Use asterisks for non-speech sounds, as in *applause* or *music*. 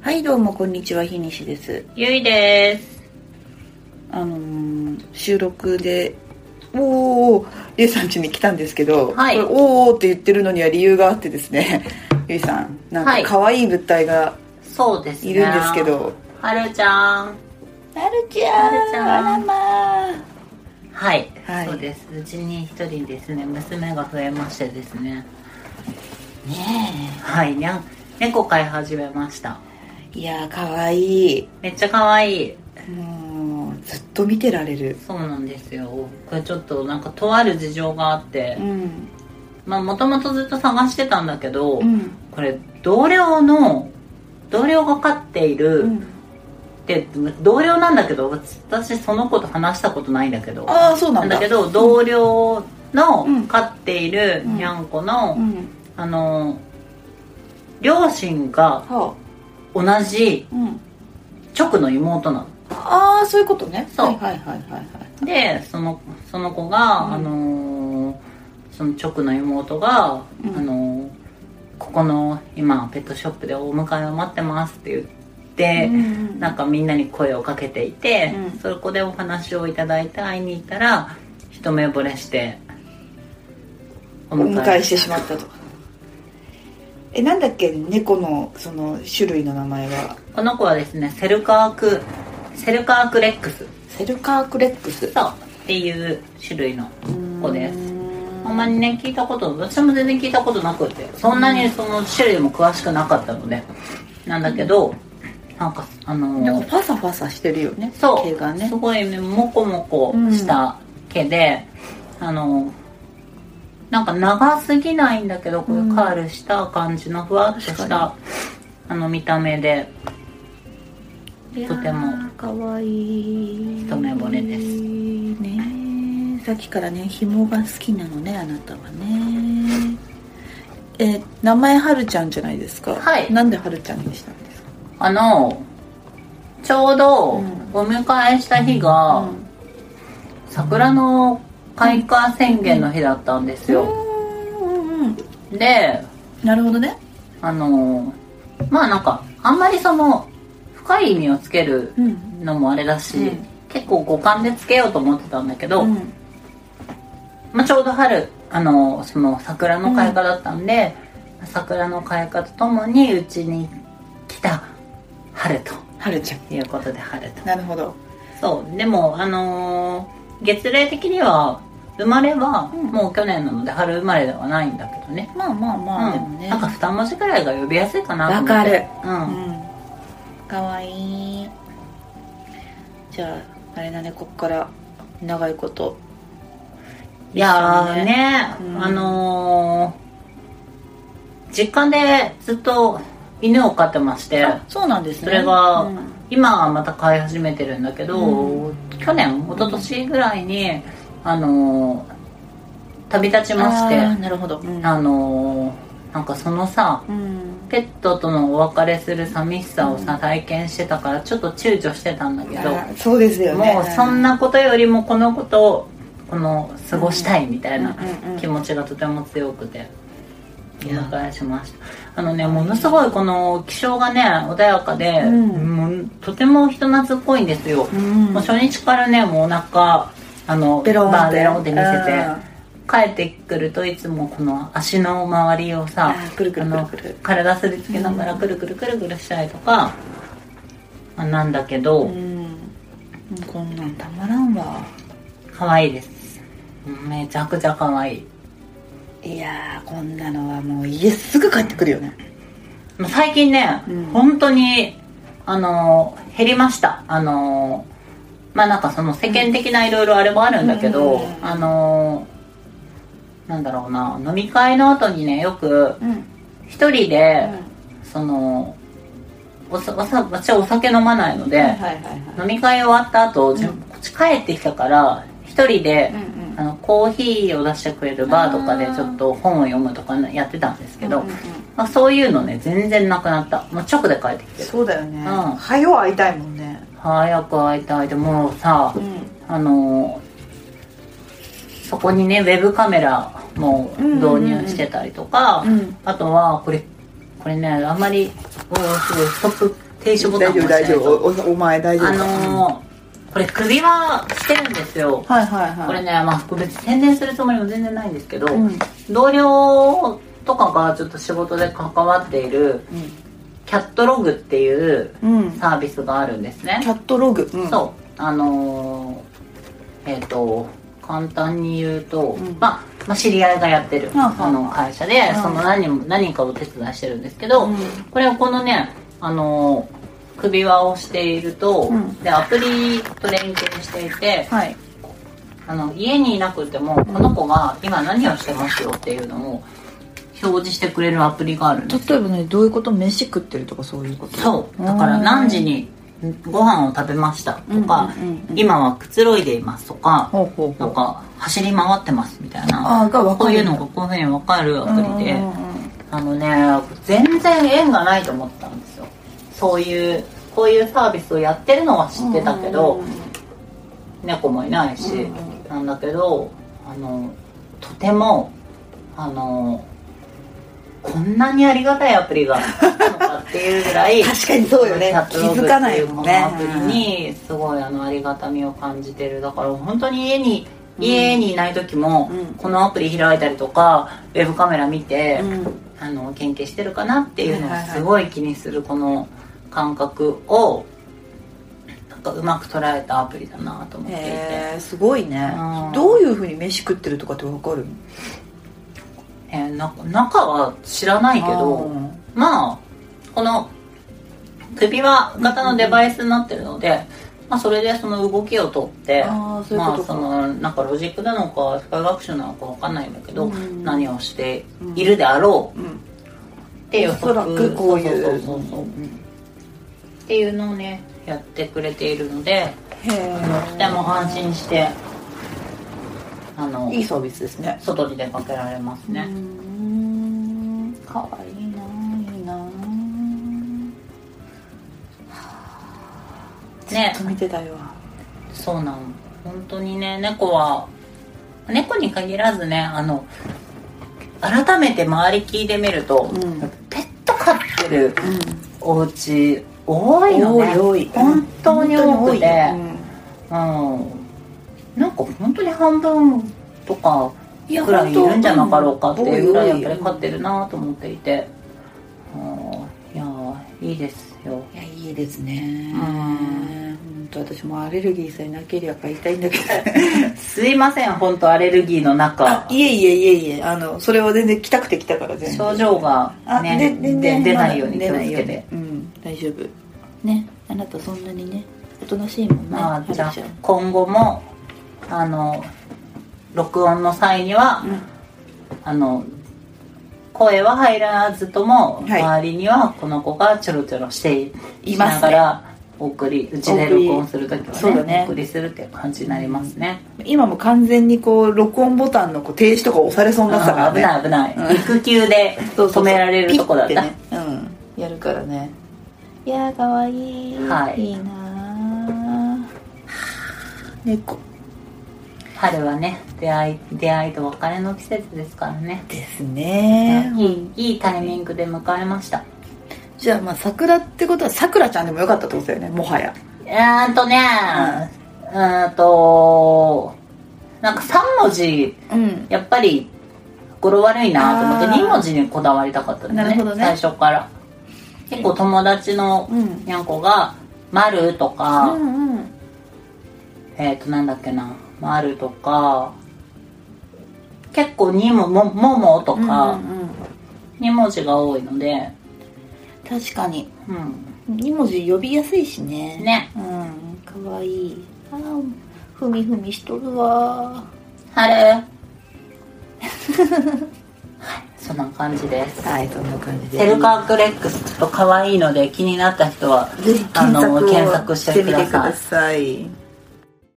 はいどうもこんにちは日西ですゆいです。あのー収録でおーおーゆいさん家に来たんですけど、はいこれおーおーって言ってるのには理由があってですね *laughs* ゆいさんなんはいか可愛い物体がそうですね。いるんですけ。ど、はるちゃん。なるちゃんなるちゃんあらまあはい、はいそうです。うちに一人ですね、娘が増えましてですね。ねはい、にゃん、猫飼い始めました。えいやー可愛いめっちゃ可愛い。もうずっと見てられるそうなんですよ。これちょっとなんかとある事情があってう、んまあもともとずっと探してたんだけど、うんこれ同僚の、同僚が飼っていうる、んで、同僚なんだけど、私その子と話したことないんだけど。ああそうななんんだだけど同僚のうん飼っているうんにゃんこうの、んあの両親がは同じあ、うん、直の妹なのああそういうことねそうはいはいはいはいはいでそのその子が、うんあのその直の妹が、うんあのここの今ペットショップでお迎えを待ってますって言って、うんなんかみんなに声をかけていて、うんそこでお話をいただいて会いに行ったら一目惚れしておお迎えしてしまったとえなんだっけ猫のその種類の名前はこの子はですねセルカークセルカークレックスセルカークレックスとっていう種類の子ですあんまりりね聞いたこと私も全然聞いたことなくてそんなにその種類も詳しくなかったのでなんだけどなんかあのなんーかファサファサしてるよねそう毛がねすごいねモコモコした毛で、あのーなんか長すぎないんだけどこういうカールした感じのふわっとし確かた、あの見た目でとてもかわいい一目惚れですねえさっきからね紐が好きなのねあなたはねえ名前はるちゃんじゃないですかはいなんではるちゃんにしたんですかあのちょうどうおん迎えした日が、桜の開花宣言の日だったんですよ、うんうんうんでなるほどねあのまあなんかあんまりその深い意味をつけるうんのもあれだし、うん結構五感でつけようと思ってたんだけど、うんまあ、ちょうど春あのその桜の開花だったんで、桜の開花とともにうちに来た春とはるちゃんいうことで春となるほどそうでもあのー月齢的には生まれはうんもう去年なので春生まれではないんだけどね、まあまあまあ、でもうん、ねなんか2文字くらいが呼びやすいかなと思ってわかる、うんうんかわいいじゃああれだねこっから長いこといやーねうんあのー実家でずっと犬を飼ってましてあそうなんですねそれがうん今はまた飼い始めてるんだけど、う去年一昨年ぐらいにあのー旅立ちましあーてなるほど、うんあのーなんかそのさうんペットとのお別れする寂しさをさ体験してたからちょっと躊躇してたんだけど、あそうですよねもうそんなことよりもこのことをこの過ごしたいみたいなうんうんうん気持ちがとても強くておや迎えしましたあのねものすごいこの気象がね穏やかで、うんもうとても人懐っこいんですよ、うんもう初日からねもうお腹あのベロンってバーベロンって見せてうん帰ってくるといつもこの足の周りをさあーくるくるくるくるあの体すりつけながらくるくるくるくるしたりとか、まあなんだけど、うんこんなんたまらんわ可愛いですめちゃくちゃ可愛いいやーこんなのはもう家すぐ帰ってくるよねもう最近ね、うん本当にあのー減りましたあのーまあなんかその世間的ないろいろあれもあるんだけど、うんあのーなんだろうな飲み会の後にねよくうん、一人で、そのおさおさ私はお酒飲まないので、はいはいはいはい飲み会終わった後、んじこっち帰ってきたから一人で、うんうんあのコーヒーを出してくれるバーとかであーちょっと本を読むとかねやってたんですけど、うんうんうんまあ、そういうのね全然なくなったもう直で帰ってきてそうだよね、うん早う会いたいもんね早く会いたいでもうさうんあのーそこにねウェブカメラも導入してたりとか、うんうんうんうんあとはこれこれねあんまりおーすごいストップ停止ボタン大を丈夫押大丈夫しないとおおお前大丈夫あかのーこれ首輪してるんですようんはいはいはいこれね、まあ、別に宣伝するつもりも全然ないんですけど、うんうん同僚とかがちょっと仕事で関わっているキャットログっていううんサービスがあるんですねキ、ャットログ、うん、そうあのーえっ、と簡単に言うと、うんまあまあ、知り合いがやってる、はあはああの会社でうんその何も何かを手伝いしてるんですけど、うんこれをこのね、あのー首輪をしていると、うんでアプリと連携していてはいあの家にいなくてもこの子が今何をしてますよっていうのを表示してくれるアプリがあるんです例えばねどういうこと飯食ってるとかそういうことそうだから何時にご飯を食べましたとか、うんうんうんうん今はくつろいでいますとか、ほうほうほなうんか走り回ってますみたいなあーが分かこうるいうんだのがこういうふうに分かるアプリで、うんうんうんあのね全然縁がないと思ったんですよそういうこういうサービスをやってるのは知ってたけど、うんうんうん猫もいないし、うんなんだけどあのとてもあのこんなにありがたいアプリがあったのかっていうぐら *laughs* い確かにそうよねキャットログ気づかないもんねっていうこのアプリにすごいあのありがたみを感じてるだから本当に家にうん家にいない時も、うんこのアプリ開いたりとかウェブカメラ見て、うんあの研究してるかなっていうのはいはいをはいすごい気にするこの感覚をなんかうまく捉えたアプリだなと思っていて、へえすごいねうんどういうふうに飯食ってるとかって分かるえーな中は知らないけどまあこの首輪型のデバイスになってるので、まあ、それでその動きを取ってあーそういうまこあとかそのなんかロジックなのか機械学習なのかわかんないんだけど、うん何をしているであろううんって予おそ測らくこういうそうそうそうそうっていうのをねやってくれているのでへえとても安心してあのいいサービスですね外に出かけられますうーね、んかわいいないいなねずっと見てたよそうなの本当にね猫は猫に限らずねあの改めて周り聞いてみると、うんペット飼ってるうお家多いよね多い多い本当に多くて、うんうん、なんか本当に半分とかいやくらいいるんじゃなかろうかっていうぐらいや本っ当多ぱりい飼ってるなと思っていて、うん、いやーいいですよいやいいですねうん本当私もアレルギーさえなければ買いたいんだけどすいません本当アレルギーの *laughs* 中いえいえいえいえあのそれは全然来たくて来たから全然症状が、あ、ね、で全然で出ないように気を出つけなていよ。うにうん大丈夫ねあなたそんなにねおとなしいもんねまあ、じゃあはるちん今後もあの録音の際には、うんあの声は入らずとも、はい周りにはこの子がちょろちょろしていいますねしながらお送りうちで録音する時はそうねだねお送りするっていう感じになりますね、今も完全にこう録音ボタンのこう停止とか押されそうになってたから危ねない危ない、うん育休でそうそうそ止うめられるとこだっピた、ッてねうんやるからねいやーかわいい、はいいなー猫春はね出会い出会いと別れの季節ですからね、ですねいいいいタイミングで迎えましたじゃあまあ桜ってことは桜ちゃんでもよかったってことだよねもはやうーんとねうーんとなんか3文字うんやっぱり語呂悪いなと思ってあー2文字にこだわりたかったんだなるねほどね最初から結構友達のうんにゃんこが「まる」とうか、んうんえっ、となんだっけな「まる」とか結構にも「も」ももとうんうかんうん2文字が多いので確かにうん2文字呼びやすいしねねうんかわいいあーふみふみしとるわ「はる」はいそんな感じですはいそんな感じでセルカークレックスちょっと可愛いので気になった人はぜひあの検索を検索してくだてさいみてください